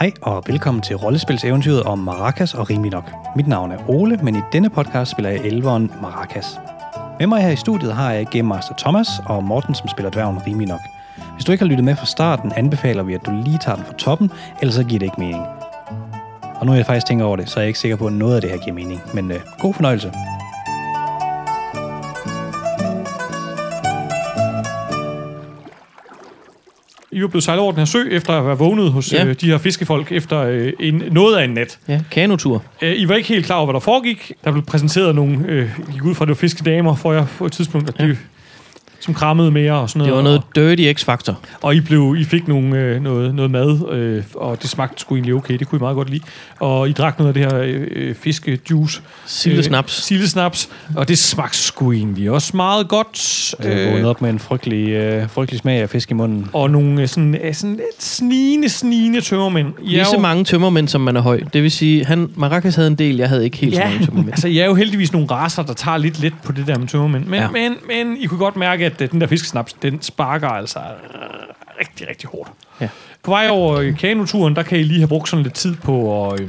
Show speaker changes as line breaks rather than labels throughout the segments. Hej og velkommen til rollespilseventyret om Maracas og Rimelig Nok. Mit navn er Ole, men i denne podcast spiller jeg elveren Maracas. Med mig her i studiet har jeg Game Master Thomas og Morten, som spiller dværgen Rimelig Nok. Hvis du ikke har lyttet med fra starten, anbefaler vi, at du lige tager den fra toppen, ellers så giver det ikke mening. Og nu er jeg faktisk tænker over det, så er jeg ikke sikker på, at noget af det her giver mening. Men øh, god fornøjelse.
I er blevet sejlet over den her sø, efter at være vågnet hos
Ja.
ja. øh, de her fiskefolk efter øh, en, noget af en nat.
Ja, kanotur.
Øh, I var ikke helt klar over, hvad der foregik. Der blev præsenteret nogle, øh, I gik ud fra, at det var fiskedamer, for jeg på et tidspunkt, at de, som krammede mere og sådan noget.
Det var noget dirty X-faktor.
Og, og I, blev, I fik nogle, øh, noget, noget mad, øh, og det smagte sgu egentlig okay. Det kunne I meget godt lide. Og I drak noget af det her øh, øh, fiskejuice. Øh,
Sildesnaps.
sildesnaps. Og det smagte sgu egentlig også meget godt.
Jeg vågnede op med en frygtelig, øh, frygtelig smag af fisk i munden.
og nogle øh, sådan, øh, sådan lidt snigende, snigende tømmermænd. I er
Lige så
jo-
mange tømmermænd, som man er høj. Det vil sige, han, Maracas havde en del, jeg havde ikke helt så mange tømmermænd.
altså jeg er jo heldigvis nogle raser, der tager lidt let på det der med tømmermænd. Men,
Ja.
ja. men, men I kunne godt mærke, at øh, den der fiskesnaps, den sparker altså øh, rigtig, rigtig hårdt.
Ja.
På vej over øh, kanoturen, der kan I lige have brugt sådan lidt tid på at... Øh,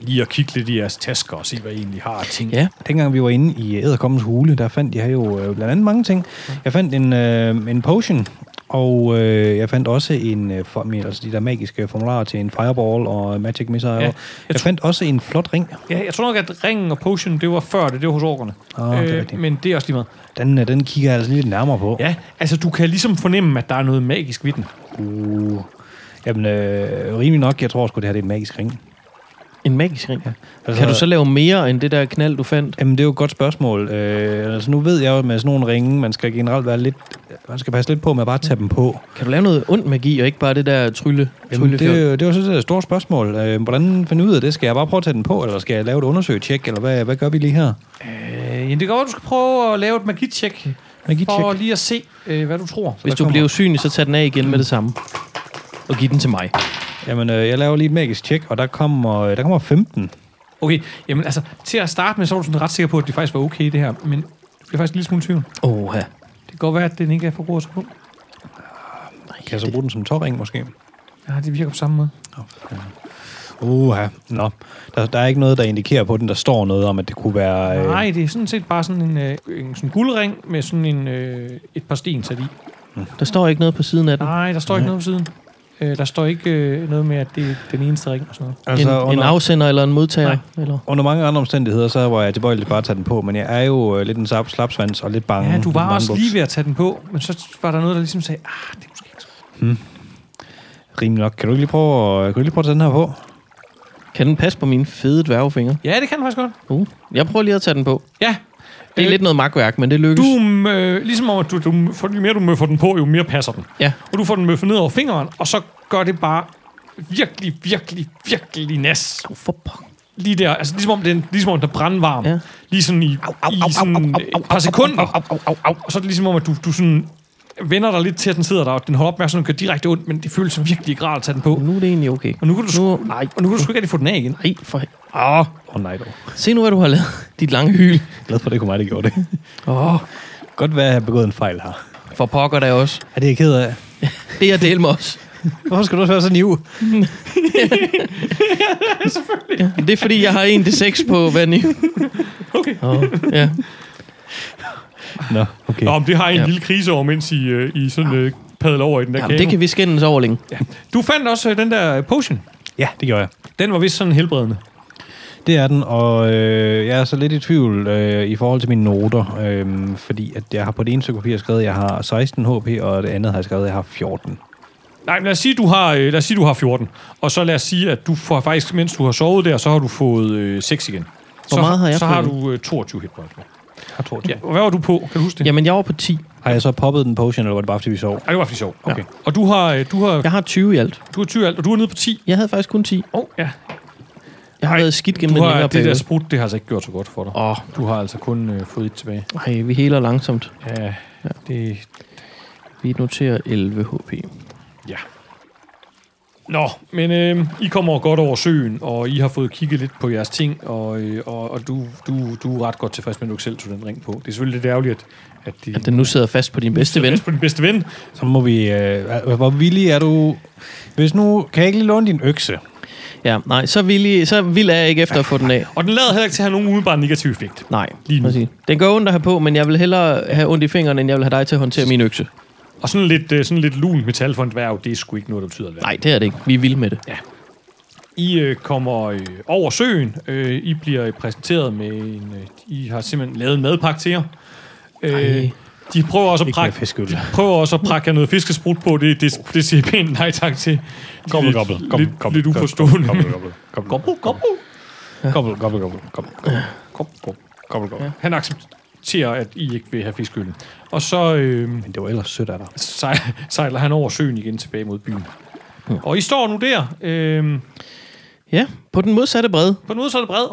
lige at kigge lidt i jeres tasker og se, hvad I egentlig har af ting.
Ja,
Dengang vi var inde i Æderkommens hule, der fandt jeg jo øh, blandt andet mange ting. Jeg fandt en, øh, en potion, og øh, jeg fandt også en, øh, for, min- altså de der magiske formularer til en fireball og magic missile. Ja, jeg, jeg
tror-
fandt også en flot ring.
ja. Jeg tror nok, at ringen og potion, det var før det, det var hos orkerne. Øh,
Åh, det er rigtigt.
men det er også lige meget.
Den, øh, den kigger jeg altså lidt nærmere på.
Ja, altså du kan ligesom fornemme, at der er noget magisk ved den.
Uh, jamen, øh, rimelig nok, jeg tror sgu, det her det er en magisk ring.
en magisk ring.
Altså,
Kan du så lave mere end det der knald, du fandt?
Jamen, det er jo et godt spørgsmål. Øh, altså, nu ved jeg jo, at med sådan nogle ringe, man skal generelt være lidt... Man skal passe lidt på med at bare tage dem på.
Kan du lave noget ond magi, og ikke bare det der trylle?
Jamen,
trylle
det, er jo- det var sådan set et stort spørgsmål. Øh, hvordan finder jeg ud af det? Skal jeg bare prøve at tage den på, eller skal jeg lave et undersøgetjek, eller hvad, hvad gør vi lige her?
Øh, jamen, det går, du skal prøve at lave et magitjek.
Magitjek.
For lige at se, øh, hvad du tror.
Hvis
der
du
kommer-
bliver usynlig, så tag den af igen med det samme. Og giv den til mig.
Jamen, øh, jeg laver lige et magisk tjek, og der kommer, øh, der kommer 15.
Okay, jamen altså, til at starte med, så var du sådan ret sikker på, at det faktisk var okay, det her. Men du bliver faktisk en lille smule i tvivl.
Åh, ja.
Det kan godt være, at den ikke er for god at tage på.
Kan jeg så bruge den som tåring, måske?
Ja, det virker på samme måde.
Uha. Nå, der, der er ikke noget, der indikerer på den, der står noget om, at det kunne være... Øh,
Nej, det er sådan set bare sådan en, øh, en sådan guldring med sådan en, øh, et par sten sat i.
Der står ikke noget på siden af den.
Nej, der står ikke noget på siden. Øh, der står ikke øh, noget med, at det er den eneste ring og sådan noget.
En,
altså,
en
under,
afsender eller en modtager? Eller?
under mange andre omstændigheder, så var jeg tilbøjelig til bare at tage den på, men jeg er jo øh, lidt en sap, slapsvans og lidt bange.
Ja, du var
Mange
også
buks.
lige ved at tage den på, men så var der noget, der ligesom sagde, ah, det er måske ikke så.
Rimelig nok. Kan du ikke lige prøve, at- kan du ikke lige prøve at tage den her på?
Kan den passe på mine fede dværgefingre?
Ja, det kan du faktisk godt.
Uh, jeg prøver lige at tage den på.
Ja,
Det er
Øh,
lidt noget magtværk, men det lykkes.
Du, øh, ligesom om, at du, du, for, jo mere du møffer den på, jo mere passer den.
Ja.
Og du får den møffet ned over fingeren, og så gør det bare virkelig, virkelig, virkelig nas.
Oh, for pong.
Lige der, altså ligesom om den, ligesom om den er brandvarm.
Ja.
Ja. Lige sådan i, i sådan et par sekunder. Og så er det ligesom om, at du, du sådan vender dig lidt til, at den sidder der, og den holder opmærksomheden og gør direkte ondt, men det føles som virkelig ikke rart at tage den på.
Nu er det egentlig okay.
Og nu kan du,
Nu,
nu,
nej,
og nu kan du sgu ikke rigtig få den af igen.
nej, for...
Åh, oh,
Åh oh, nej dog.
Se nu, hvad du har lavet. Dit lange hyl.
Glad for, at det kunne mig, der gjorde det.
Åh, oh,
Godt være, at jeg har begået en fejl her.
for pokker der også.
Er det jeg ked af?
Det er del med os.
Hvorfor skal du også være så niv?
Det er fordi, jeg har en til 6 på hver ny.
okay.
Oh, ja.
Nå, okay.
Nå, men det har I en
Ja.
ja. lille krise over, mens I, øh, I sådan øh, padler over i den der
Jamen,
kano.
det kan vi skændes over længe.
Ja. Du fandt også øh, den der potion.
Ja, det gjorde jeg.
Den var vist sådan helbredende.
Det er den, og øh, jeg er så lidt i tvivl øh, i forhold til mine noter, øh, fordi at jeg har på det ene stykke papir skrevet, at jeg har 16 HP, og det andet har jeg skrevet, at jeg har 14.
Nej, men lad os sige, du har, øh, lad os sige, du har 14. Og så lad os sige, at du får faktisk, mens du har sovet der, så har du fået øh, 6 igen. Hvor så,
meget har jeg
Så
fået?
har du øh, 22 hitpoints.
Jeg har 22.
Ja. og Hvad var du på? Kan du huske det?
Jamen, jeg var på 10.
Har jeg så poppet den potion, eller var det bare, fordi vi sov?
Ej, det var faktisk sjovt. Okay.
Ja.
Ja. Og du har, øh, du har,
Jeg har 20 i alt.
du har 20 alt, og du er nede på 10.
Jeg havde faktisk kun 10.
Åh, oh, ja.
Jeg har
Ej,
været skidt gennem
Du
en
har,
længere
det der
periode.
sprut, det har altså ikke gjort så godt for dig.
Åh, oh,
Du har altså kun øh, fået et tilbage.
ej, vi heler langsomt.
Ja, det...
Vi noterer 11 HP.
Ja. Nå, men øh, I kommer godt over søen, og I har fået kigget lidt på jeres ting, og, øh, og, og du, du, du er ret godt tilfreds med, at du ikke selv tog den ring på. Det er selvfølgelig lidt ærgerligt, at, at øh, de...
At den nu sidder fast på din bedste ven.
på din bedste ven.
Så må vi... Øh, hvor villig er du... Hvis nu... Kan jeg ikke lige låne din økse?
Ja, nej, så vil, så vil jeg ikke efter at få den af.
Og den lader heller ikke til at have nogen umiddelbart negativ effekt.
Nej,
Lige nu.
præcis. Den går ondt at have på, men jeg vil hellere have ondt i fingrene, end jeg vil have dig til at håndtere min økse.
Og sådan lidt, øh, sådan lidt lun metal for en dværg, det er sgu ikke noget, der betyder alverden.
Nej, det er det ikke. Vi er vilde med det.
I øh, kommer øh, over søen. Øh, I bliver øh, præsenteret med en... Øh, I har simpelthen lavet en madpakke til jer. Øh,
Ej.
de prøver også at
Ikke med
prakke...
fiskeøl.
De prøver også at prakke jer noget fiskesprut på. Det, det, det siger I pænt nej tak til. De er
Gobbel,
lidt-
gobbel. Gobbel,
lidt-
gobbel,
Lidt uforstående.
gobbel, gobbel, gobbel.
Gobbel, gobbel.
Gobbel, gobbel, gobbel, gobbel. Gobbel, gobbel, gobbel, gobbel.
Han accepterer, at I ikke vil have fiskøl. Og så... Øh,
Men det var ellers sødt af dig.
sej- sejler han over søen igen tilbage mod byen.
Hm.
Og I står nu der, øh,
Ja, på den modsatte bred.
på den udsatte bred.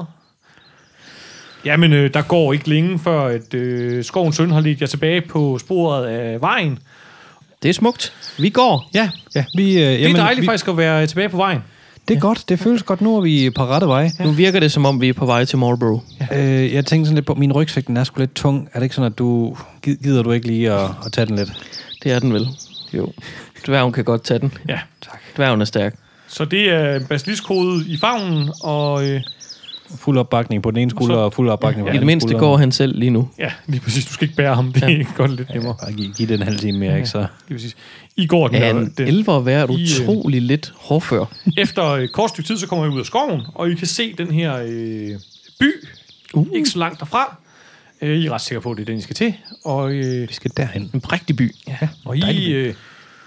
Jamen, øh, der går ikke længe, før at, øh, skovens søn har ledt jer tilbage på sporet af vejen.
Det er smukt. Vi går.
Ja, ja. Vi, øh,
Det er
jamen,
dejligt
vi,
faktisk at være tilbage på vejen.
Det er godt. Det føles godt nu, at vi er på rette vej. Ja.
Nu virker det, som om vi er på vej til Marlboro.
Øh, jeg tænkte sådan lidt på, min rygsæk den er sgu lidt tung. Er det ikke sådan, at du... gid- Gider du ikke lige at, at tage den lidt?
Det er den vel. Jo. Dværgen kan godt tage den.
Ja.
Dværgen er stærk.
Så det er basiliskhovedet i favnen, og øh,
Fuld opbakning på den ene skulder,
Og så-
og fuld opbakning på den
I det
anden
mindste
skulder.
går han selv lige nu.
ja, lige præcis, du skal ikke bære ham, det er ja. godt lidt nemmere.
Bare giv, giv det en halv time mere, ikke? Så.
Lige præcis. I går den,
Ja,
ja,
en
den
elver vær er
I, øh,
utrolig lidt hårdfør.
efter et kort stykke tid, så kommer I ud af skoven, og I kan se den her øh, by, uh. ikke så langt derfra. Øh, I er ret sikre på, at det er den, I skal til. Og, øh,
Vi skal derhen.
En prægtig by.
ja, og I øh,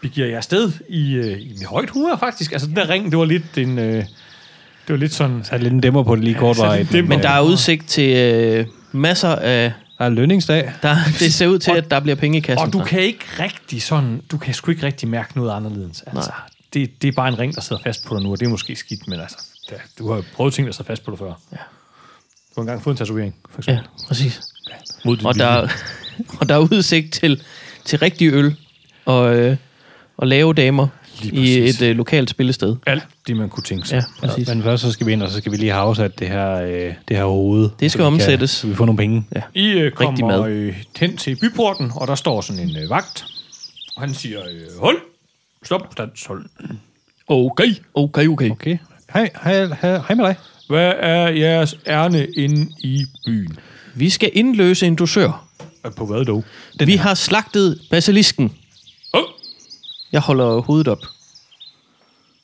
begiver jer afsted i, øh, i med højt humør, faktisk. Altså, den der ring, det var lidt en... Øh, det var lidt sådan...
Så er det lidt en dæmmer på det lige kort
så er det
vej.
en dæmper.
Men der er udsigt til øh, masser af...
Der er lønningsdag.
Der, det ser ud til, at der bliver penge i kassen.
Og du
snart.
kan ikke rigtig sådan... Du kan sgu ikke rigtig mærke noget anderledes. Altså,
Nej.
det, det er bare en ring, der sidder fast på dig nu, og det er måske skidt, men altså... Da, du har jo prøvet ting, der sidder fast på dig før. Ja. Du har engang fået en tatovering, for eksempel.
Ja, præcis.
Mod din
Og
vilje.
der, og der er udsigt til, til rigtig øl og, øh, og lave damer
Lige
i
præcis.
et øh, lokalt spillested.
Alt det, man kunne tænke sig.
Ja, præcis.
Men først så skal vi ind, og så skal vi lige have afsat det her, øh, det her hoved.
Det skal
Så vi kan-
omsættes.
Så vi får nogle penge.
Ja.
I øh, kommer
mad.
øh, hen til byporten, og der står sådan en øh, vagt. Og han siger, øh, hold, stop, stands, hold.
Okay. Okay, okay.
Okay. Hej, hej, hej, hej med dig.
Hvad er jeres ærne inde i byen?
Vi skal indløse en dusør.
Øh, På hvad dog?
Den vi her. har slagtet basilisken.
Oh,
Jeg holder hovedet op.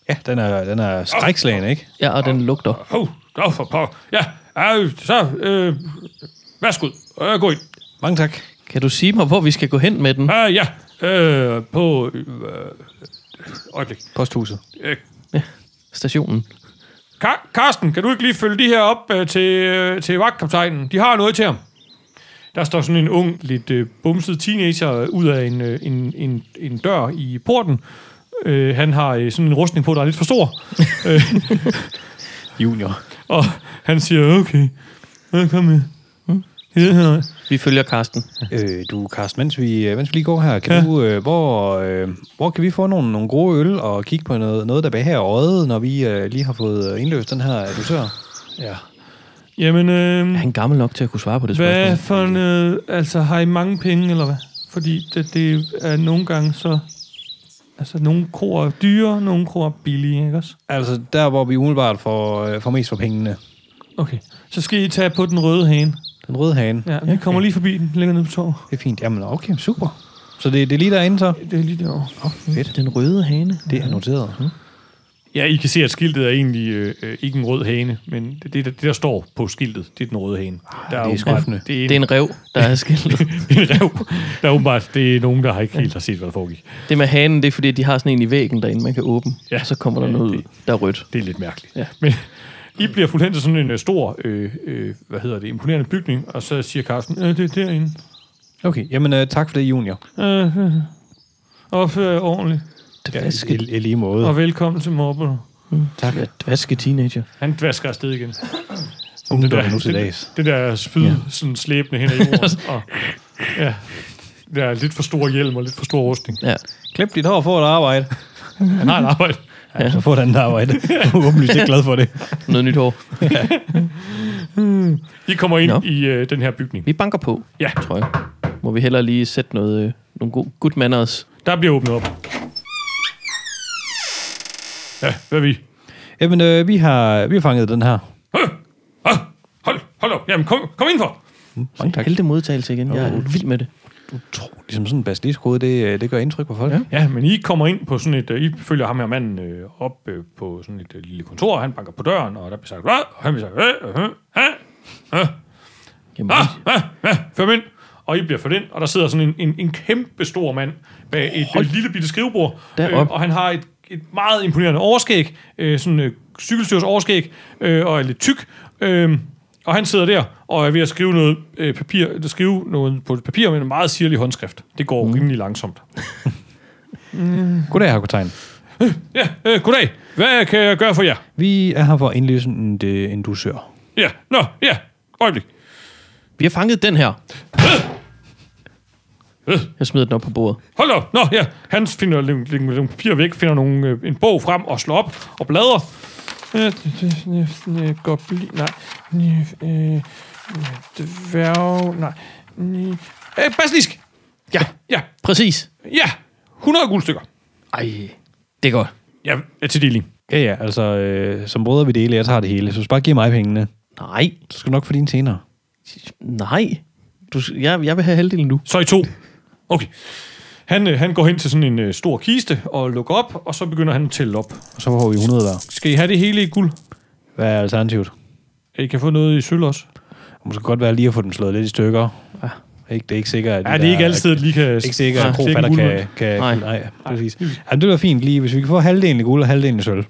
Ja, den er, den er strækslagen, ikke?
Ja, og den lugter.
oh, oh, for pokker. Ja, øh, så, øh, værsgo, øh, gå ind.
Mange tak.
Kan du sige mig, hvor vi skal gå hen med den?
Øh, ja, øh, på, øh, øjeblik.
Posthuset.
Øh,
Stationen.
Kar- Karsten, kan du ikke lige følge de her op øh, til, øh, til vagtkaptajnen? De har noget til ham. Der står sådan en ung, lidt øh, bumset teenager øh, ud af en, øh, en, en, en dør i porten. Øh, han har øh, sådan en rustning på, der er lidt for stor. øh,
Junior.
og han siger, okay, øh, kom med. Ja, her.
Vi følger Karsten.
Øh, du, Carsten, mens vi, øh, mens vi lige går her, kan ja. du, øh, hvor, øh, hvor kan vi få nogle, nogle gode øl og kigge på noget, noget der bag her øjet, når vi øh, lige har fået øh, indløst den her dusør?
Ja. Jamen,
Er
øh,
han gammel nok til at kunne svare på det
hvad
spørgsmål?
for en, øh, altså har I mange penge, eller hvad? Fordi det, det er nogle gange så... Altså, nogle kroer er dyre, nogle kroer er billige, ikke også?
Altså, der hvor vi umiddelbart får, øh, får mest for pengene.
Okay, så skal I tage på den røde hane.
Den røde hane. Ja.
Ja, vi kommer lige forbi den, ligger nede på torvet.
Det er fint. Jamen, okay, super. Så det, det er lige derinde så?
Det er lige derovre.
Fedt.
Den røde hane.
Det er noteret. Mm.
Ja, I kan se, at skiltet er egentlig øh, øh, ikke en rød hane, men det, det, der, det, der står på skiltet, Ah, det er den røde hane. Der
det er
åbenbart-
skuffende.
Det er en,
Det er en rev, der er skiltet.
en rev. Der er åbenbart, det er nogen, der har ikke helt har set, hvad der foregik.
Det med hanen, det er fordi, de har sådan en i væggen derinde, man kan åbne.
Ja.
Ja. Og så kommer der noget ud, der er rødt.
Det er lidt mærkeligt.
Ja.
Men I bliver fuldt hen til sådan en øh, stor, øh, øh, hvad hedder det, imponerende bygning, og så siger Carsten, øh, det er derinde.
Okay, jamen øh, tak for det, Junior.
Øh, øh, opfør jer øh, ordentligt,
Det
Ja,
vaske,
i, i lige måde.
og velkommen til Mobbel.
tak.
ja, vaske teenager.
Han dvasker afsted igen.
Ungdom nu til
det,
dags.
Det der spyd, ja. sådan slæbende hen ad jorden. og, ja, der er lidt for stor hjelm og lidt for stor rustning.
Ja.
Klip dit hår for et arbejde.
Han har et arbejde.
Ja. Så får den der arbejde. Du er åbenlyst ikke glad for det.
Noget nyt hår.
De kommer ind
Nå.
no. i øh, den her bygning.
Vi banker på,
Ja,
tror jeg. Må vi hellere lige sætte noget, øh, nogle gode good manners.
der bliver åbnet op. Ja, hvad er vi?
Jamen, øh, vi, har, vi har fanget den her.
Ah, hold, hold op. Jamen, kom, kom indenfor.
Mange tak.
Heldig modtagelse igen. Jeg er vild med det.
Tro, ligesom sådan en basiliskode, det, øh, det gør indtryk på folk. Ja.
Ja, men I kommer ind på sådan et... øh, I følger ham her manden øh, op øh, på sådan et øh, lille kontor, og han banker på døren, og der bliver sagt, hvad? Og han bliver sagt, hvad? Øh, øh, øh,
Jamen,
ah, ah, ah, før ind. Og I bliver ført ind, og der sidder sådan en, en, en kæmpe stor mand bag et Hold. lille bitte skrivebord. øh,
Derop.
og han har et, et meget imponerende overskæg, øh, sådan øh, cykelstyrs overskæg, øh, og er lidt tyk. Øh, og han sidder der og er ved at skrive noget, øh, papir, eller skrive noget på et papir med en meget sirlig håndskrift. Det går mm. rimelig langsomt.
Goddag, Hakutegn.
Ja, øh, goddag. Hvad kan jeg gøre for jer?
Vi er her for at indløse en, øh, en dusør.
Ja, nå, ja. Øjeblik.
vi har fanget den her.
Øh.
Jeg smider den op på bordet.
Hold op. Nå, ja. Han finder nogle, nogle, nogle papirer væk, finder nogle, øh, en bog frem og slår op og bladrer. Øh, det- det- det- det- øh, Goblin, nej. Ni- øh, Dværg, nej. Ni- Øh, Basilisk.
Ja,
Ja,
præcis.
ja. 100 guldstykker.
Ej, det er godt.
Ja, øh, til deling.
Ja, ja, altså, øh, som brødre vi dele, jeg tager det hele. Så hvis du bare giver mig pengene,
Nej,
så skal du nok få dine senere.
nej. Du, jeg, jeg vil have halvdelen nu.
Så i to. Okay. Han, øh, han går hen til sådan en øh, stor kiste og lukker op, og så begynder han at tælle op.
Og så får vi 100 hver.
Skal I have det hele i guld?
Hvad er alternativet?
I kan få noget i sølv også.
Måske godt være lige at få den slået lidt i stykker. Ja. Ikke, det er ikke sikkert, at
Ja, det er ikke Ah, altid, at lige kan...
Ikke sikkert, at
stikke en
krofatter
guldmønt.
kan... kan
Nej.
nej. nej, præcis. Jamen, det var fint lige, hvis vi kan få halvdelen i guld og halvdelen i sølv.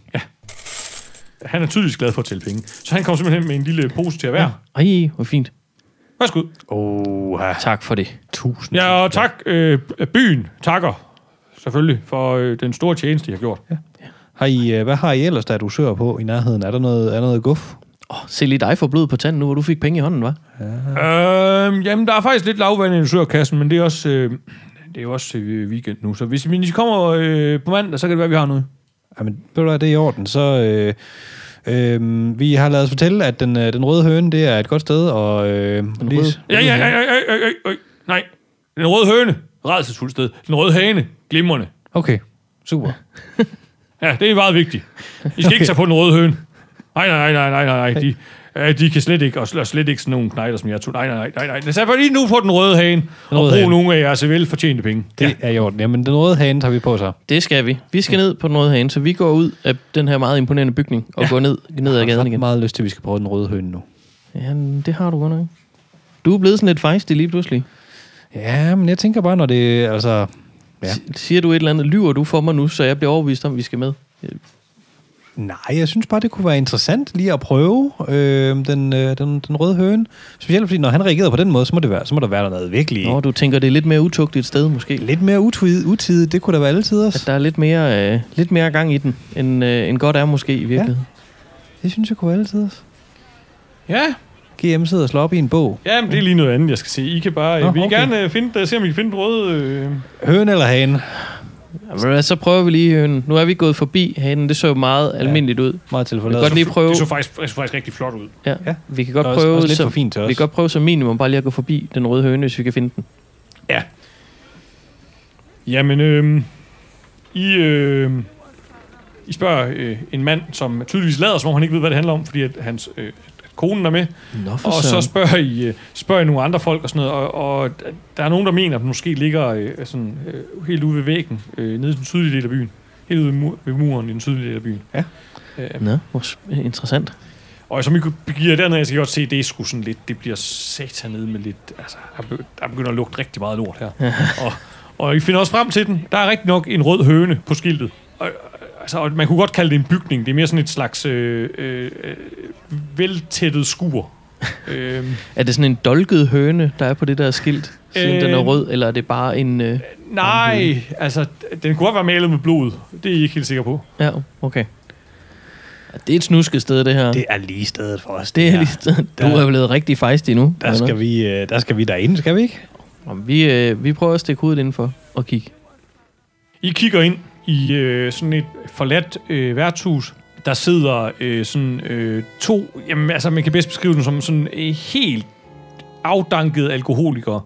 Han er tydeligvis glad for at tælle penge. Så han kom simpelthen med en lille pose til at være. Ja.
Ej, hvor fint.
Værsgo.
Åh, ja.
Tak for det.
tusind.
Ja, og tak øh, byen takker selvfølgelig for øh, den store tjeneste, I har gjort. Ja.
Har I, øh, hvad har I ellers, der du søger på i nærheden? Er der noget, er der noget guf?
Åh, se lige dig for blod på tanden nu, hvor du fik penge i hånden, var.
Øh, jamen, der er faktisk lidt lavvand i sørkassen, men det er også... Øh, det er jo også øh, weekend nu, så hvis men I kommer øh, på mandag, så kan det være, at vi har noget.
Jamen, ved du hvad, det er i orden. Så, øh, øh, vi har lavet os fortælle, at den, øh, den røde høne, det er et godt sted, og øh, lige,
røde?
Ja, ja, ja, ja, ja, ja, ja, ja. Nej, den røde høne, redselsfuldt sted. Den røde hane, glimrende.
Okay, super.
Ja, det er meget vigtigt. I skal okay. ikke tage på den røde høne. Nej, nej, nej, nej, nej, nej. De, øh, de kan slet ikke, og sl- og slet ikke sådan nogle knejder, som jeg tog. Nej, nej, nej, nej, nej. Så lige nu på den røde hane, og
røde
brug
hane.
nogle af jeres velfortjente penge.
Det ja. er i orden. Jamen, den røde hane tager vi på så.
Det skal vi. Vi skal ned på den røde hane, så vi går ud af den her meget imponerende bygning og ja. går ned, ned ad
Jeg har
gaden
ret
igen.
meget lyst til, at vi skal prøve den røde høne nu.
Ja, det har du godt nok. Du er blevet sådan lidt fejstig lige pludselig.
Ja, men jeg tænker bare, når det... Altså, ja.
Ja. Siger du et eller andet, lyver du for mig nu, så jeg bliver overbevist om, at vi skal med.
Nej, jeg synes bare, det kunne være interessant lige at prøve øh, den, øh, den, den røde høne. Specielt fordi, når han reagerede på den måde, så må, det være, så må der være noget virkelig...
Nå, du tænker, det er lidt mere utugtigt sted måske.
Lidt mere utid, utid, det kunne da være altid
At
også.
der er lidt mere, øh, lidt mere gang i den, end, øh, end godt er måske i virkeligheden.
Det synes jeg kunne være altid også.
Ja,
GM sidder og slår op i en bog.
ja men det er lige noget andet, jeg skal se. I kan bare,
Nå,
Nå, vi kan
okay.
okay. gerne øh, finde, se, om I kan finde den røde... Øh.
Høne eller hane?
Ja. ved du hvad, Så prøver vi lige hønen. Nu er vi gået forbi hanen, det så jo meget almindeligt ud.
Meget
Vi kan
tilforladet.
godt lige prøve,
Det så faktisk, det så faktisk rigtig flot ud.
ja,
Ja.
vi kan godt
Også-
prøve,
også lidt
så,
for fint til os.
vi kan godt prøve som minimum bare lige at gå forbi den røde høne, hvis vi kan finde den.
Ja. Jamen, øh, I, øh, I spørger øh, en mand, som tydeligvis lader, som om han ikke ved, hvad det handler om, fordi at hans, øh, at konen er med.
Nå, for
Og så spørger I, øh, spørger I nogle andre folk og sådan noget, og, og der er nogen, der mener, at den måske ligger øh, sådan, øh, helt ude ved væggen, øh, nede i den sydlige del af byen. Helt ude ved mur- ved muren i den sydlige del af byen.
Ja.
Øh,
Nå, hvor s- interessant.
og som I begiver dernede, jeg skal I godt se, det er sgu sådan lidt, det bliver sat hernede med lidt, altså, der be- der begynder at lugte rigtig meget lort her. og, og I finder også frem til den. Der er rigtig nok en rød høne på skiltet. Og, øh, altså, og man kunne godt kalde det en bygning. Det er mere sådan et slags øh, øh, øh, veltættet skur. øhm,
Er det sådan en dolket høne, der er på det der skilt, siden øh, den er
Øh,
rød, eller er det bare en... Øh,
Nej, altså, den kunne godt være malet med blod. Det er I ikke helt sikker på.
ja, okay. Ja, Det er et snusket sted, det her. Det,
Det er lige stedet for os.
det er ja, lige, du
der-
er blevet rigtig fejstig nu.
Der skal, vi, øh, der skal vi derinde, skal vi ikke?
Nå, men Vi, øh, vi prøver at stikke hovedet indenfor og kigge.
I kigger ind i øh, sådan et forladt øh, værtshus. Der sidder øh, sådan øh, to, jamen altså man kan bedst beskrive dem som sådan øh, helt afdankede alkoholikere.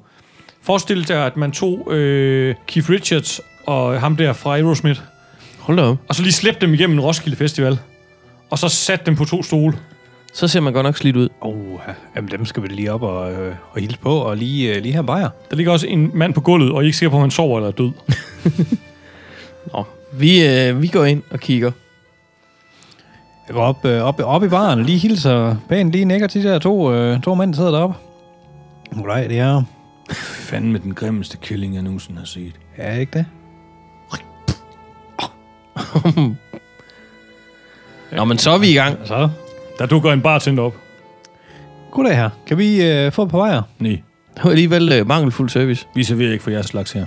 Forestil dig, at man tog øh, Keith Richards og ham der fra Aerosmith,
Hold da op.
og så lige slæbte dem igennem en Roskilde Festival, og så satte dem på to stole.
Så ser man godt nok slidt ud.
Oh, jamen, dem skal vi lige op og, øh, og hilse på, og lige, øh, lige her bajer.
Der ligger også en mand på gulvet, og I er ikke sikker på, om han sover eller er død.
Nå, vi, øh, vi går ind og kigger.
Jeg går op, øh, op, op i baren, lige hilser pænt, lige nikker til de der to, øh, to mænd, der sidder deroppe. Goddag, det er
Fanden med den grimmeste kælling, jeg nogensinde har set.
Ja, ikke det?
Nå, men så er vi i gang.
Så,
Der dukker en bartender op.
goddag her. Kan vi øh, få på vejer?
Nej,
Det var alligevel øh, mangelfuld service.
vi serverer ikke for jeres slags her.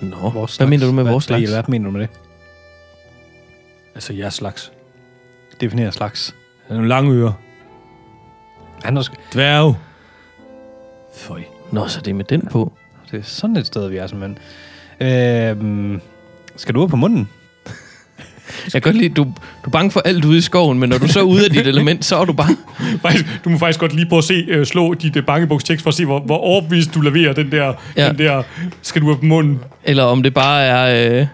Nå, hvad mener du med vores
Hvad,
slags?
hvad mener du med det?
Altså jeres slags.
Definere slags.
Der er nogle lange ører.
Han er, sk-
Dværge. Føj.
Nå, så det er med den på.
det er sådan et sted, vi er simpelthen. Øh, skal du op på munden?
Jeg kan godt lide, du, du er bange for alt ude i skoven, men når du så er ude af dit element, så er du bare...
Faktisk, du må faktisk godt lige prøve at se, øh, slå dit øh, bangebukstekst for at se, hvor, hvor overbevist du leverer den der,
Ja.
ja. den der skal du op munden.
Eller om det bare er... Øh,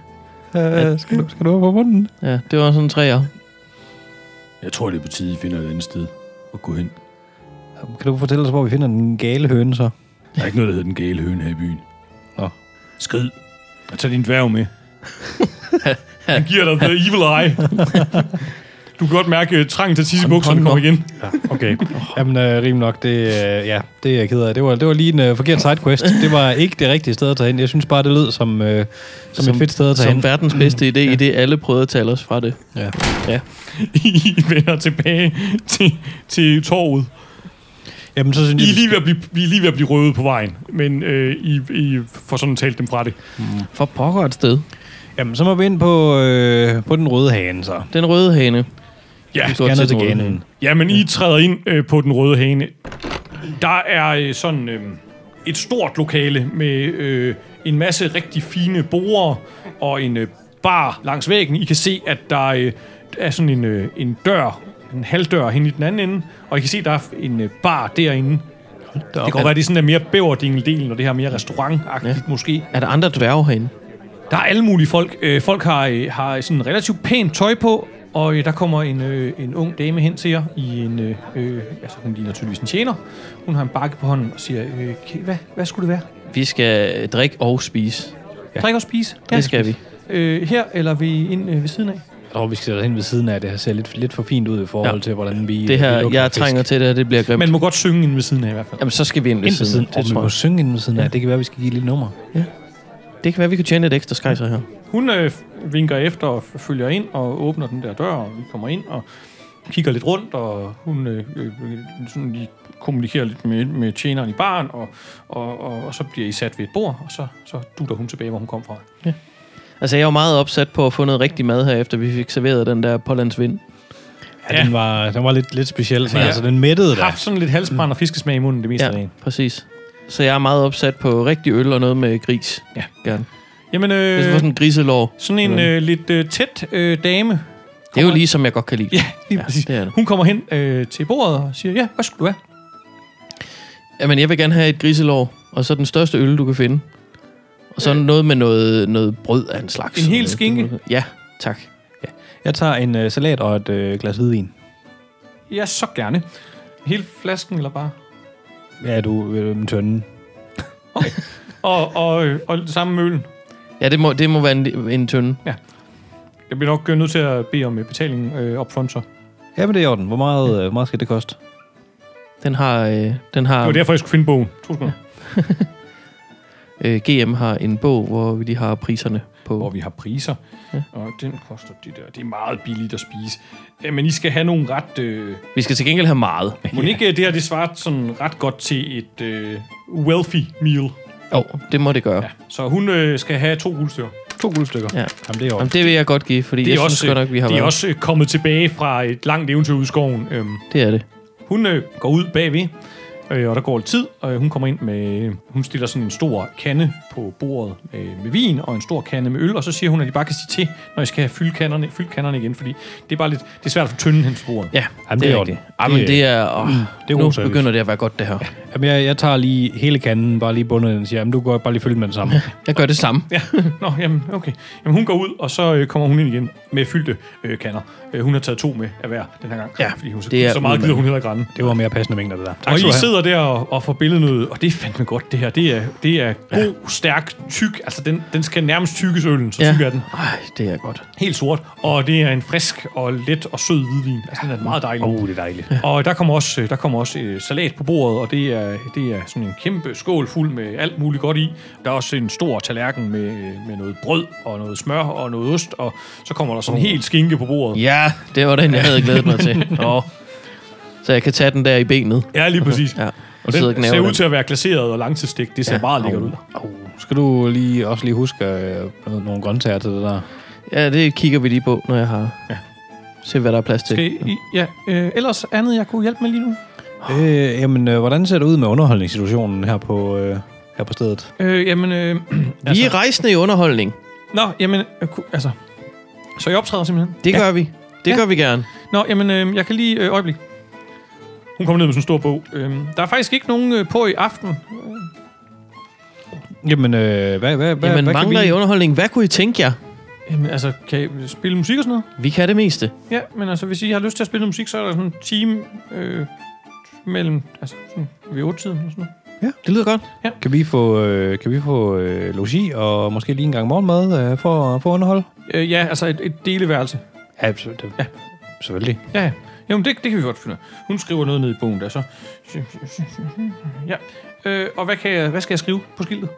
Øh, skal, du, skal du op på munden?
ja, det var sådan en træer.
Jeg tror, det er på tide, I finder et andet sted at gå hen.
Kan du fortælle os, hvor vi finder den gale høne så?
Der er ikke noget, der hedder den gale høne her i byen.
Nå.
Skrid. Og tag din dværg med.
Den giver dig the evil eye. Du kan godt mærke øh, trangen til at tisse i bukserne kommer igen.
Ja, okay. Jamen, øh, rimelig nok. Det, øh, ja, det er jeg ked af. Det var, det var lige en øh, forkert sidequest. Det var ikke det rigtige sted at tage hen. Jeg synes bare, det lød som, øh, som, som et fedt sted at tage
Som
hen.
verdens bedste idé, i det alle prøvede at tale os fra det.
Ja.
I vender tilbage til, til torvet.
Jamen, så synes
I er
jeg,
lige ved at blive, I er lige ved at blive røvet på vejen, men øh, I, I får sådan talt dem fra det.
For pokker et sted.
jamen, så må vi ind på, øh, på den røde hane, så.
Den røde hane.
Ja,
Vi går
Gerne til
den røde
ganen.
Ja, men I træder ind øh, på den røde hane. Der er øh, sådan øh, et stort lokale med øh, en masse rigtig fine borer og en øh, bar langs væggen. I kan se, at der øh, er sådan en, øh, en dør, en halvdør hen i den anden ende, og I kan se, at der er en øh, bar derinde. Det kan godt være, at det er sådan en mere bæverdingel-delen, og det her mere restaurantagtigt ja. måske.
Er der andre dværge herinde?
Der er alle mulige folk. Øh, folk har, øh, har sådan relativt pænt tøj på, og øh, der kommer en, øh, en ung dame hen til jer i en... Øh, øh, altså, hun ligner tydeligvis en tjener. Hun har en bakke på hånden og siger, øh, "Kan- hvad, hvad skulle det være?
Vi skal øh, drikke og spise.
Ja. Drik og spise?
Ja, det skal vi.
Øh, her, eller vi ind øh, ved siden af?
Jeg tror, vi skal sætte hen ved siden af. Det her ser lidt, lidt for fint ud i forhold
Ja.
ja. til, hvordan vi...
Det
vi
her,
lugter
jeg
fisk.
trænger til det her, det bliver grimt.
Man må godt synge ind ved siden af i hvert fald.
Jamen, så skal vi ind ved
Ind ved siden.
siden.
Og vi må synge ind ved siden af. Det kan være, vi skal give et lille nummer.
Det kan være, vi kan tjene et ekstra skejser her.
Hun øh, vinker efter og f- følger ind og åbner den der dør, og vi kommer ind og kigger lidt rundt, og hun øh, øh, sådan lige kommunikerer lidt med, med tjeneren i baren, og, og, og, og så bliver I sat ved et bord, og så, så dutter hun tilbage, hvor hun kom fra.
Altså, jeg er jo meget opsat på at få noget rigtig mad her, efter vi fik serveret den der Pollands vind.
Ja,
Ja.
den var, den var lidt, lidt speciel, men
Ja.
altså, den mættede
Jeg har
da.
haft sådan lidt halsbrand og fiskesmag i munden det meste af
Ja,
dagen.
præcis. Så jeg er meget opsat på rigtig øl og noget med gris. Ja. Gerne.
Jamen,
Det er
øh,
sådan en griselår.
sådan en øh, lidt øh, tæt øh, dame.
Det er jo
kommer-
lige, som jeg godt kan lide.
Ja, lige
Ja,
præcis.
det er det.
Hun kommer hen øh, til bordet og siger, ja, hvad skulle du have?
Jamen, jeg vil gerne have et griselår, og så den største øl, du kan finde. Og så noget med noget, noget brød af en slags.
En hel skinke?
Ja, tak.
Jeg tager en øh, salat og et øh, glas hvidvin.
Ja, så gerne. Hele flasken, eller bare?
Ja, du øh, min tønde.
Og, og, øh, og samme mølen.
Ja, det må, det må være en, en tynde.
Jeg bliver nok nødt til at bede om øh, betaling øh, upfront, så. Det
Ja, men det er i orden. Hvor meget, øh, hvor meget skal det koste?
Den har, øh, den har
var derfor, jeg skulle finde bogen. To sekunder.
øh, GM har en bog, hvor vi lige har priserne på.
Hvor vi har priser, ja. og den koster det der. Det er meget billigt at spise. Ja, men I skal have nogle ret... Øh,
Vi skal til gengæld have meget.
må ikke øh, det her, det svarer sådan ret godt til et øh, wealthy meal.
Jo, det må det gøre. Ja.
Ja. Så hun øh, skal have to guldstykker.
To guldstykker.
Ja.
Jamen, det er i orden.
Jamen, det vil jeg godt give, fordi
Det
jeg
er
også, synes
også,
godt nok, vi har
de er
været.
også øh, kommet tilbage fra et langt eventyr ud i skoven. Øhm,
Det er det.
hun øh, går ud bagved Øh, og der går lidt tid, og hun kommer ind med... Hun stiller sådan en stor kande på bordet øh, med vin, og en stor kande med øl, og så siger hun, at de bare kan sige til, når jeg skal have fyldt kanderne, fyldt kanderne igen, fordi det er bare lidt... Det er svært at få tynden hen til bordet.
Ja,
Jamen, det
det
er
er
orden.
rigtigt. Jamen,
Det-
det er... Åh,
det er
nu
god service.
begynder det at være godt, det her.
Jamen, jeg, jeg tager lige hele kanden, bare lige bundet den, og siger, jamen, du går bare lige fylde med den samme.
Jeg gør det samme.
Ja, nå, jamen, okay. Jamen, hun går ud, og så øh, kommer hun ind igen med fyldte øh, kander. Øh, hun har taget to med af hver den her gang.
Ja,
fordi hun, så,
det er
så meget
udmærket.
gider hun hedder grænnen.
det var mere passende mængder, det der. Tak skal
og I
du have.
sidder der og, og får billedet ud, og det er fandme godt, det her. Det er, det er god, stærk, tyk. Altså, den, den skal nærmest tykkes øllen, så
Ja.
tyk er den.
Ej, det er godt.
Helt sort. Og det er en frisk og let og sød hvidvin. Altså, den er meget dejlig.
Uh, det er dejligt.
Og der kommer også, øh, der kommer også øh, salat på bordet, og det er, det er sådan en kæmpe skål fuld med alt muligt godt i. Der er også en stor tallerken med, øh, med noget brød og noget smør og noget ost, og så kommer der sådan en helt skinke på bordet.
Ja, det var den, jeg havde glædet mig til. Åh. Så jeg kan tage den der i benet.
Ja, lige præcis.
Ja,
Ja.
og
Og
sidde og
den
gnave
ser ud
den.
til at være glaseret og langtidsstegt. Det ser
Ja,
ja. meget lækkert
au.
ud.
Uh, skal du lige, også lige huske øh, noget, nogle grøntsager til det der?
Ja, det kigger vi lige på, når jeg har... Ja. Se, hvad der er plads til.
Skal I, ja, øh, ellers andet, jeg kunne hjælpe med lige nu?
Øh, jamen, øh, hvordan ser det ud med underholdningssituationen her på, øh, her på stedet?
Øh, jamen, øh,
Vi
altså,
er rejsende i underholdning.
nå, jamen, øh, ku- altså, så jeg optræder simpelthen.
Det gør vi. Det
Ja.
gør vi gerne.
Nå, jamen, øh, jeg kan lige... Øh, øjeblik. Hun kommer ned med sådan en stor bog. Øh, der er faktisk ikke nogen øh, på i aften.
Jamen, øh, hvad, hvad, hvad,
Jamen,
hvad
mangler
kan
I
vi...
underholdning? Hvad kunne I tænke jer?
Jamen, altså, kan I spille musik og sådan noget?
Vi kan det meste.
Ja, men altså, hvis I har lyst til at spille noget musik, så er der sådan en time øh, mellem... Altså, sådan ved 8-tiden og sådan noget.
Det lyder godt.
Kan vi få, øh, kan vi få øh, logi og måske lige en gang morgenmad øh, for, for at underholde?
Øh, ja, altså et, et deleværelse.
Ja, absolut. Det,
Ja.
Selvfølgelig.
Ja, ja. Jamen, det, det kan vi godt finde ud af. Hun skriver noget ned i bogen der, så... Ja. Øh, og hvad, kan jeg, hvad skal jeg skrive på skiltet?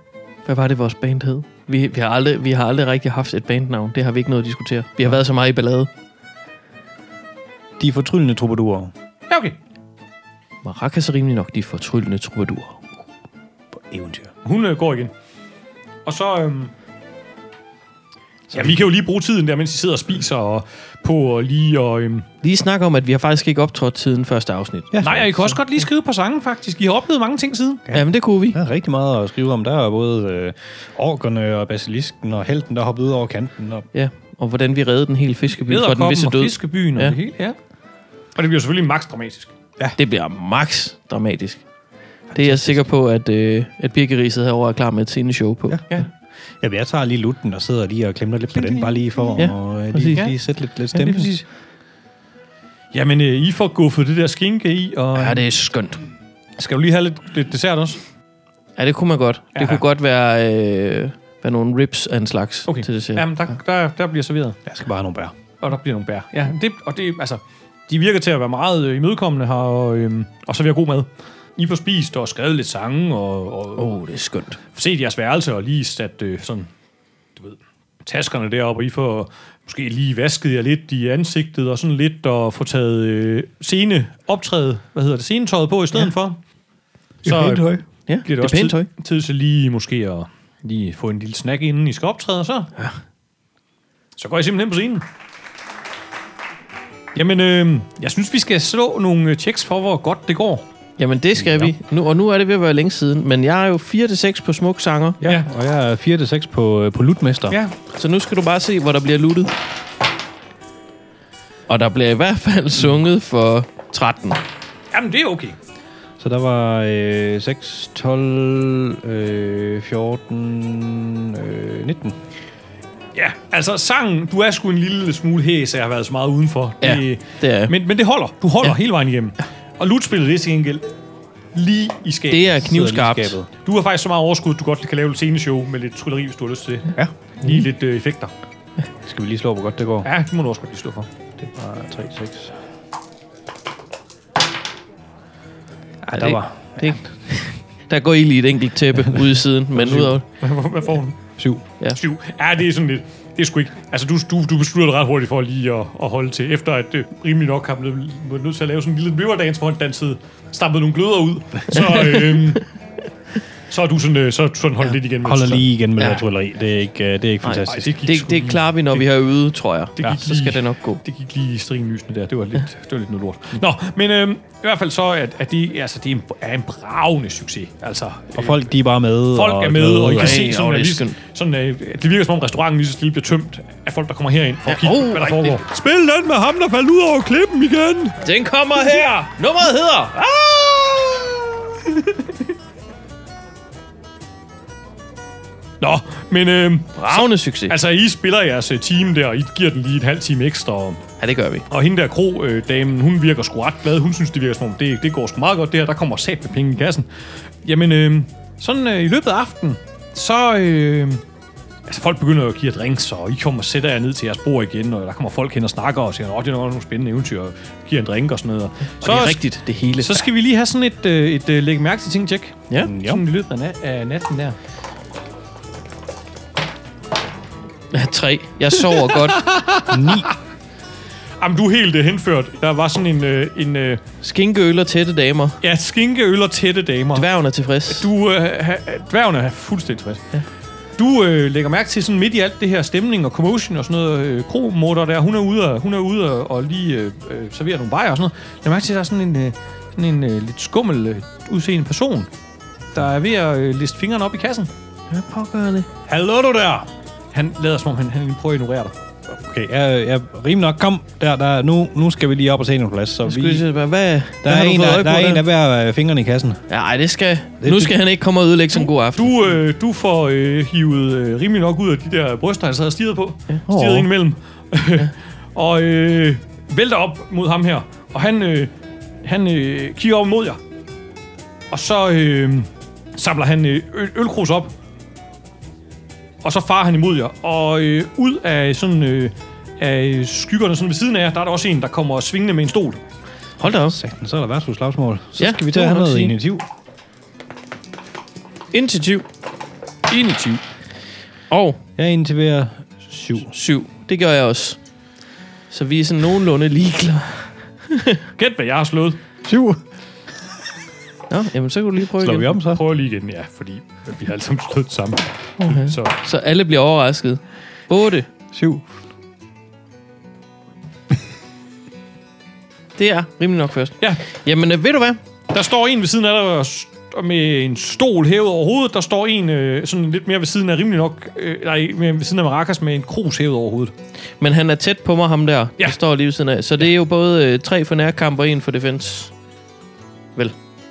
Hvad var det, vores band hed? Vi, vi, har aldrig, vi har aldrig rigtig haft et bandnavn. Det har vi ikke noget at diskutere. Vi har været så meget i ballade.
De fortryllende troubadurer.
Ja, okay.
Maracas er rimelig nok de fortryllende troubadurer.
På eventyr.
Hun øh, går igen. Og så... Øhm, ja, vi kan jo lige bruge tiden der, mens I sidder og spiser og på og lige og... Øhm,
Lige snak om, at vi har faktisk ikke optrådt siden første afsnit.
Ja.
nej, og I kan også godt lige skrive på sangen, faktisk. I har oplevet mange ting siden.
Ja. Jamen, det kunne vi.
Der er rigtig meget at skrive om. Der er både øh, orkerne og basilisken og helten, der hoppede ud over kanten. Og...
Ja. Og hvordan vi reddede den hele fiskeby fra den
Edderkoppen
visse
og
død.
fiskebyen og
Ja.
det hele, ja. Og det bliver selvfølgelig max dramatisk.
Det bliver max dramatisk. Det er jeg sikker på, at, øh, at Birkeriset herovre er klar med et scene show på. Ja.
Ja, jeg tager lige lutten og sidder lige og klemmer lidt på den, bare lige for
Ja,
at øh,
præcis.
lige,
Ja.
lige sætte lidt, lidt
Ja, det er
stemning.
præcis. Jamen, øh, I får guffet det der skinke i, og
ja, det er skønt.
skal du lige have lidt, lidt dessert også?
Ja, det kunne man godt. Ja.
Ja.
Det kunne godt være, øh, være nogle ribs af en slags
Okay.
til det
Jamen, der, der, der bliver serveret.
Jeg skal bare have nogle bær.
Og der bliver nogle bær. Ja, det, og det, altså, de virker til at være meget øh, imødekommende her, og, øhm, og så vil jeg god mad. I får spist og skrevet lidt sange, og, og
Åh,
oh.
oh, det er skønt.
set jeres værelse, og lige sat øh, sådan, du ved, taskerne deroppe, og I får måske lige vasket jer lidt i ansigtet, og sådan lidt, og få taget øh, scene optræde, hvad hedder det, scenetøjet på i stedet ja. for. Så øh, bliver
Ja, det,
det
det er
også
pænt tøj.
tid, tid til lige måske at lige få en lille snack, inden I skal optræde, og så. Ja. Så går I simpelthen på scenen. Jamen, øh, jeg synes, vi skal slå nogle øh, checks for, hvor godt det går.
Jamen, det skal ja. vi. Nu, og nu er det ved at være længe siden, men jeg er jo 4-6 på smuk sanger,
Ja,
Ja.
ja. og jeg er 4-6 på, øh, på lutmester.
Ja,
så nu skal du bare se, hvor der bliver luttet. Og der bliver i hvert fald sunget for 13.
jamen det er okay.
Så der var øh, 6, 12, øh, 14, øh, 19.
Ja, altså sangen, du er sgu en lille smule hæs, jeg har været så meget udenfor.
Ja, det er jeg.
men, men det holder. Du holder
Ja.
ja. hele vejen igennem. Og lutspillet det er til gengæld lige i skabet.
Det er knivskarpt.
Sidder lige i skabet.
Du har faktisk så meget overskud, at du godt kan lave et sceneshow med lidt trylleri, hvis du har lyst til det.
Ja.
Lige lidt øh, effekter.
Skal vi lige slå, hvor godt det går?
Ja, det må du også godt lige slå for.
Det var 3, 6.
Ja,
der
det,
var-
Det, ja. Der går ild i et enkelt tæppe ude i siden, men udover...
Hvad- Hvad får du?
7.
Syv. Ja, det er sådan lidt... Det er sgu ikke... Altså, du, du, du beslutter dig ret hurtigt for lige at, at holde til, efter at det rimelig nok har blevet blevet nødt til at lave sådan en lille møverdans, hvor han dansede, stampede nogle gløder ud. Så, øhm, Så er du sådan, øh, så er du sådan holdt ja. lidt igen med
holder
Tyskland.
lige igen med ja.
Ja.
det her trylleri. Det er ikke, øh, det er ikke
Nej,
fantastisk.
Ej, det gik
Det,
sgu
det
lige-
klarer vi, når vi har øvet, tror jeg.
Det
ja,
gik
så skal
lige-
det nok gå.
Det gik lige i stringlysene der. Det var lidt, det var lidt noget lort. Nå, men øh, i hvert fald så, at, at det, altså, det er en, er en bravende succes. Altså,
Og folk, de er bare med.
folk er med, og I kan
Ja,
se,
ja,
sådan,
det
at
er
lige,
skønt.
sådan, øh, at det virker som om restauranten lige så stille bliver tømt af folk, der kommer herind for at
Ja,
kigge,
oh,
hvad der
nej,
foregår. Spil den med ham, der faldt ud over klippen igen!
Den kommer her! Nummeret hedder...
Nå, men øh,
Bravende succes.
altså, I spiller jeres øh, team der, og I giver den lige en halv time ekstra. Og,
Ja, det gør vi.
og hende der kro-damen, hun virker sgu ret glad. Hun synes, det virker som om, det, det går sgu meget godt der. Der kommer sat med penge i kassen. Jamen, øh, sådan øh, i løbet af aftenen, så... Øh, altså, folk begynder jo at give jer drinks, og I kommer og sætter jer ned til jeres bord igen, og der kommer folk hen og snakker og siger, åh, det er nok nogle spændende eventyr, og giver en drink og sådan noget. Og
Så det er rigtigt, det hele.
Så skal vi lige have sådan et, øh, et øh, lægge mærke til ting, tjek.
Ja.
Jo. Sådan i løbet af, nat- af natten der.
Ja, tre. Jeg sover godt.
Jamen, du er helt øh, henført. Der var sådan en, øh, en øh,
Skinkeøl og tætte damer.
ja, skinkeøl og tætte damer.
Dværgen er tilfreds.
Du, øh, ha, dværgen er fuldstændig tilfreds. Ja. Du øh, lægger mærke til sådan midt i alt det her stemning og commotion og sådan noget, øh, kromotor der, hun er ude, og, hun er ude og, og lige øh, øh, serverer nogle bajer og sådan noget. Lægger mærke til, at der er sådan en, øh, sådan en øh, lidt skummel øh, udseende person, der er ved at øh, liste fingrene op i kassen.
Hvad pågør det?
Hallo du der! Han lader som om, han, han prøver at ignorere dig.
Okay, jeg, jeg, rimelig nok. Kom, der, der, nu, nu skal vi lige op og se en plads. Så vi,
Skulle jeg sige, hvad, hvad
der,
har
er
du
en,
fået
der, der
øje på
er en af hver øh, fingrene i kassen.
Ja, ej, det skal...
Det-
Nu
det-
skal han ikke komme og ødelægge sådan en god aften.
Du, øh, du får øh, hivet øh, rimelig nok ud af de der bryster, han sad og stirrede på. Ja.
Åh.
Stirrede ind imellem. og øh, vælter op mod ham her. Og han, øh, han øh, kigger op mod jer. Og så øh, samler han øh, øl- ølkrus op. Og så farer han imod jer. Og øh, ud af sådan... Øh, af skyggerne sådan ved siden af jer, der er der også en, der kommer svingende med en stol.
Hold da op.
Satan, så er der værtshusslagsmål. Så
Ja,
skal vi
det
til at
må
have
man
noget
sige.
initiativ.
Initiativ.
Initiativ.
Og
Jeg initiverer syv.
syv. Det gør jeg også. Så vi er sådan nogenlunde ligeglade.
Gæt, hvad jeg har slået.
Syv?
Nå, jamen så kan du lige prøve
Slår
igen.
vi om så?
Prøv lige igen, ja, fordi vi har alle sammen slået det samme.
Okay.
Så
Så alle bliver overrasket. 8.
Syv.
Det er rimelig nok først.
ja,
Jamen, øh, ved du hvad?
Der står en ved siden af dig og st- med en stol hævet over hovedet. Der står en øh, sådan lidt mere ved siden af rimelig nok... Øh, nej, mere ved siden af Maracas med en krus hævet over hovedet.
Men han er tæt på mig, ham der.
Ja.
Ja. Der står lige ved siden af. Så det er jo både øh, tre for nærkamp og en for defense.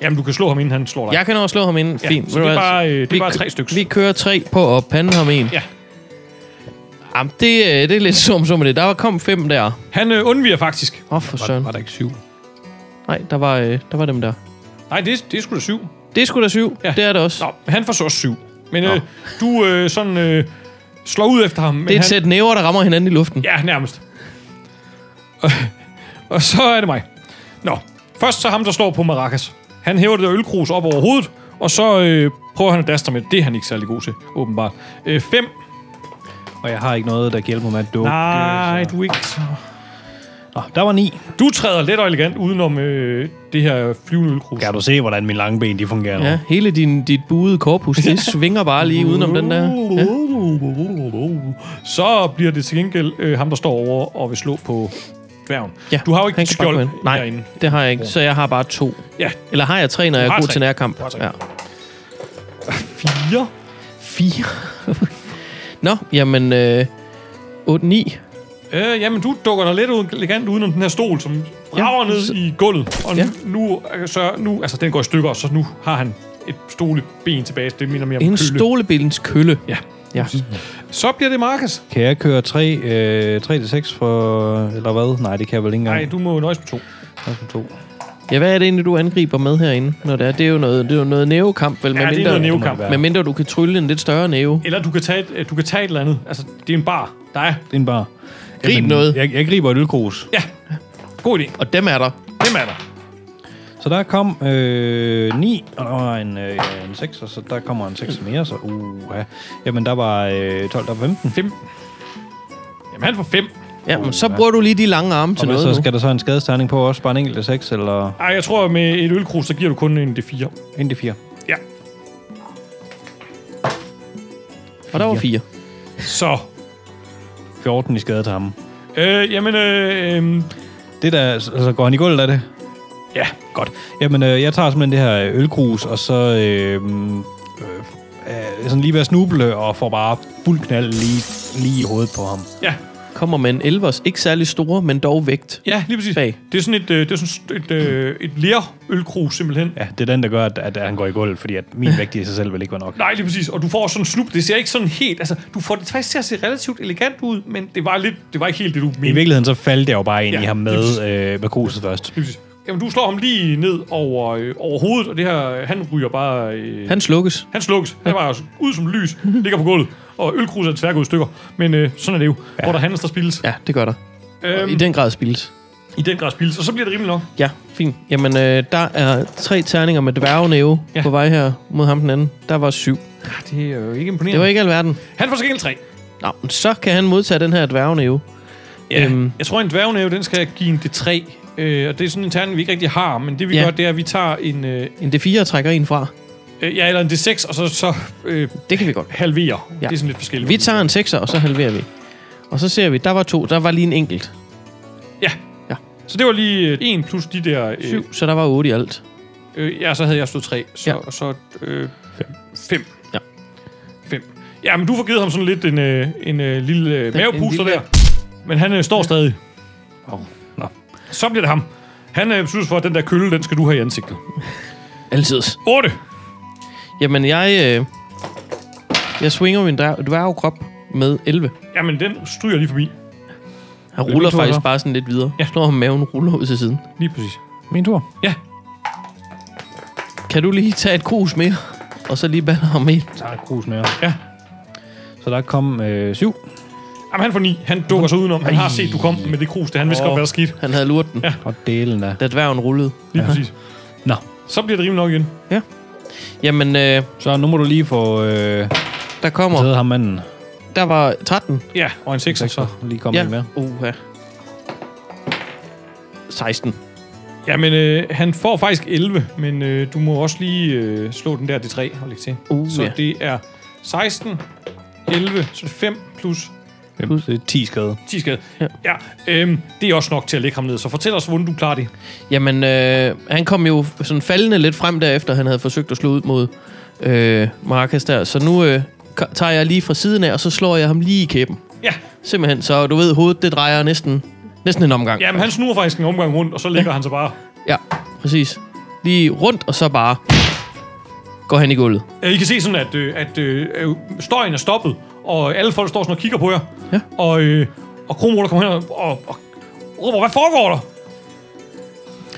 Jamen, du kan slå ham, inden han slår dig.
Jeg kan også slå ham inden.
Ja,
Fint.
så
Ved du
det er
hvad?
bare, øh, det er
Vi
bare
kø-
tre stykker.
Vi kører tre på og pande ham en.
Ja.
Jamen, det, øh, det er lidt sum som det. Der var kom fem der.
Han øh, undviger faktisk.
Åh, oh, for
Var,
søren.
var der ikke syv?
Nej, der var, øh, der var dem der.
Nej, det, det er sgu da syv.
Det er sgu da syv.
Ja.
Ja. Det er det også.
Nå, han får så også syv. Men øh, du øh, sådan øh, slår ud efter ham. Men
det er et
han,
sæt næver, der rammer hinanden i luften.
Ja, nærmest. Og- og så er det mig. Nå, først så ham, der står på Maracas. Han hæver det der ølkrus op over hovedet, og så øh, prøver han at daste med. Det er han ikke særlig god til, åbenbart. Øh, fem.
Og jeg har ikke noget, der kan hjælpe mig med at dukke.
Nej, du er ikke så...
Nå, der var ni.
Du træder let og elegant udenom øh, det her flyvende ølkrus.
Kan du se, hvordan mine lange ben de fungerer nu?
Ja, hele din, dit buede korpus, det svinger bare
Uh,
lige udenom den der. Ja.
Så bliver det til gengæld øh, ham, der står over og vil slå på dværgen.
Ja,
du har jo ikke
han
dit
kan bare gå
skjold
ind. Nej,
derinde.
det har jeg ikke, så jeg har bare to.
Ja,
Eller har jeg tre, når jeg
har
er god
tre.
til nærkamp?
Du har tre.
Ja.
fire.
Fire. Nå, jamen... Øh, 8-9.
Øh, jamen, du dukker dig lidt ud, elegant udenom den her stol, som brager ja,
Ja,
ned
så-
i gulvet. Og ja.
Ja.
nu, øh, så nu, altså den går i stykker, så nu har han et stoleben tilbage. Det minder mere om
En
køle.
stolebillens kølle.
Ja.
Ja.
Så bliver det Markus.
Kan jeg køre 3, øh, 3 til 6 for... Eller hvad? Nej, det kan jeg vel ikke engang.
Nej, du må jo nøjes med to.
Nej, to.
ja, hvad er det egentlig, du angriber med herinde? Når det, er? det er jo noget, det er jo noget nævekamp, vel?
Ja, det er noget nævekamp.
Med mindre du kan trylle en lidt større næve.
Eller du kan, tage et, øh, du kan tage et eller andet. Altså, det er en bar. Der er.
Det er en bar.
Grib noget.
Jeg, jeg griber et ølkrus.
Ja. God idé.
Og dem er der.
Hvem er der?
Så der kom øh, 9, og der var en, øh, en 6, og så der kommer en 6 mere, så uh, ja. Jamen, der var øh, 12, der var 15.
Fem. Jamen, han får fem.
Ja, men så bruger du lige de lange arme til
Og
noget
så
nu.
skal der så en skadesterning på også, bare en enkelt 6 eller
Ej, jeg tror, med et ølkrus, så giver du kun en D4.
ind til 4.
Ja.
Og der var fire.
Så,
14 i skade til ham.
øh, jamen, øh, øh,
Det der, altså går han i gulvet af det?
ja,
Godt. Jamen, øh, jeg tager simpelthen det her ølkrus, og så øh, øh, øh, sådan lige ved at snuble, og får bare fuld knald lige, lige i hovedet på ham.
ja,
Kommer med en elvers. Ikke særlig store, men dog vægt.
ja, lige præcis.
Bag.
Det er sådan et, øh, det er sådan et, øh, et lerølkrus simpelthen.
Ja, det er den, der gør, at, at han går i gulvet, fordi at min vægt i sig selv vil ikke være nok.
Nej, lige præcis. Og du får sådan en snup. Det ser ikke sådan helt... Altså, du får det faktisk til at se relativt elegant ud, men det var, lidt, det var ikke helt det, du
I
mente.
virkeligheden så faldt jeg jo bare ind ja,
Ja,
i ham med, øh, med kruset først.
Lige præcis. Jamen, du slår ham lige ned over, øh, over hovedet, og det her, han ryger bare... Øh,
Han slukkes.
han slukkes. Han var ud som lys, ligger på gulvet, og ølkruset er tværgået i stykker. Men øh, sådan er det jo. Ja. Hvor der handles, der spildes.
Ja, det gør der.
Øhm,
I den grad spildes.
I den grad spildes, og så bliver det rimeligt nok.
Ja, fint. Jamen, øh, der er tre terninger med dværgenæve ja.
Ja.
på vej her mod ham den anden. Der var syv.
Ah, Det er jo ikke
Det
imponerende.
var
Ikke...
ikke alverden.
Han får til gengæld tre.
Nå, men så kan han modtage den her dværgenæve.
Ja.
Øhm.
Øhm. Jeg tror, en dværgnæve, den skal give en D3. Øh, og det er sådan en terning, vi ikke rigtig har, men det vi
Ja.
ja. gør, det er, at vi tager en... Øh,
En D4 trækker en fra.
øh, ja, eller en D6, og så, så øh,
Det kan vi godt.
halverer.
Ja.
Ja. Det er sådan lidt forskelligt.
Vi tager en sekser, og så halverer vi. Og så ser vi, der var to. Der var lige en enkelt.
Ja.
Ja.
ja. Så det var lige en plus de der... Øh,
Syv, så der var otte i alt.
øh, ja, så havde jeg stået tre. Så,
Ja.
ja. Og så... Øh, fem. Fem.
Ja.
Fem. Ja, men du får givet ham sådan lidt en, øh, en øh, lille øh, mavepuster
lille-
der. Men han øh, står stadig.
Åh, nå.
Så bliver det ham. Han øh, synes for, at den der kølle, den skal du have i ansigtet.
Altid.
8.
Jamen, jeg... Øh, jeg swinger min dværg- dværgekrop med 11.
Jamen, den stryger lige forbi.
Han
Det er
ruller
min tur,
faktisk
så.
bare sådan lidt videre.
Ja.
Slår ham i maven, ruller ud til siden.
Lige præcis.
Min tur.
Ja,
Kan du lige tage et krus mere? Og så lige baller ham ind.
Jeg tager et krus mere.
ja.
Så der kom øh, syv.
Jamen, han får 9. Han dukker sig udenom. Han har set, du kom med det krus. Det han vidste
Åh.
godt, hvad der skete.
Han havde lurt den, ja.
Og delen af.
da dværgen rullede.
Lige ja. præcis.
Nå.
Så bliver det rimelig nok igen.
Jamen, øh,
Så nu må du lige få øh,
der kommer...
taget ham manden.
Der var 13.
Ja, og en 6 så.
Lige komme
Ja.
ja. med.
Uha. 16.
Jamen, øh, han får faktisk 11, men øh, du må også lige øh, slå den der D3 og lægge til.
Uh,
så
ja.
det er 16, 11, så det er 5 plus
Plus. Det er 10 skade.
10 skade.
Ja.
Ja. ja øhm, det er også nok til at lægge ham ned, så fortæl os, hvordan du klarer det.
Jamen, øh, han kom jo sådan faldende lidt frem derefter, han havde forsøgt at slå ud mod øh, Marcus der. Så nu øh, k- tager jeg lige fra siden af, og så slår jeg ham lige i kæben.
Ja,
Simpelthen, så du ved, hovedet det drejer næsten, næsten en omgang.
jamen, han snurrer faktisk en omgang rundt, og så lægger han sig bare
ja, præcis. Lige rundt, og så bare går han i gulvet.
Øh, I kan se sådan, at, øh, at øh, øh, støjen er stoppet, og alle folk står sådan og kigger på jer.
Ja.
Og, øh, og Kromoder kommer hen og, og, og råber, hvad foregår der?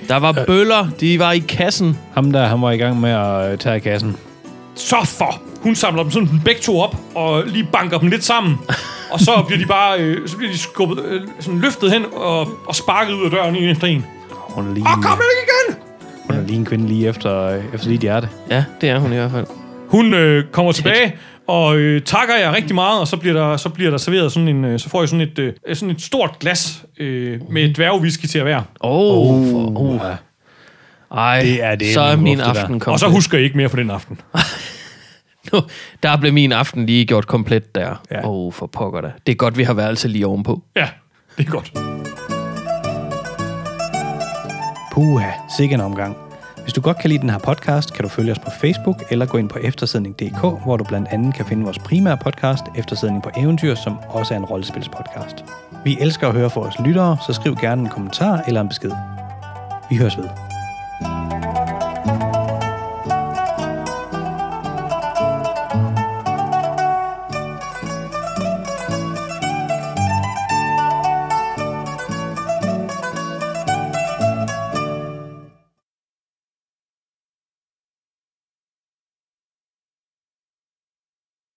Der
Øh.
var bøller, de var i kassen.
Ham der, han var i gang med at øh, tage i kassen.
Så for! Hun samler dem sådan begge to op, og lige banker dem lidt sammen. og så bliver de bare øh, så bliver de skubbet, øh, sådan løftet hen og, og sparket ud af døren en efter en.
Hun er lige,
Og kom nu ikke igen!
hun er lige en kvinde lige efter, øh, efter dit hjerte.
Ja, det er hun i hvert fald.
Hun øh, kommer tilbage og øh, takker jer rigtig meget, og så bliver der, så bliver der serveret sådan en, øh, så får I sådan et, øh, sådan et stort glas øh, med dværgwhisky til at være.
Åh, oh, for, oh.
ja.
Ej,
Det er- det er
så er
min
min
luft, det der.
aften kommet.
Og så husker I ikke mere for den aften.
Nu, der blev min aften lige gjort komplet der. Åh, ja.
Ja.
oh, for pokker da. Det er godt, vi har værelse lige ovenpå.
Ja, det er godt.
Puha, sikke en omgang. Hvis du godt kan lide den her podcast, kan du følge os på Facebook eller gå ind på eftersidning.dk, hvor du blandt andet kan finde vores primære podcast, Eftersidning på Eventyr, som også er en rollespilspodcast. Vi elsker at høre fra vores lyttere, så skriv gerne en kommentar eller en besked. Vi høres ved.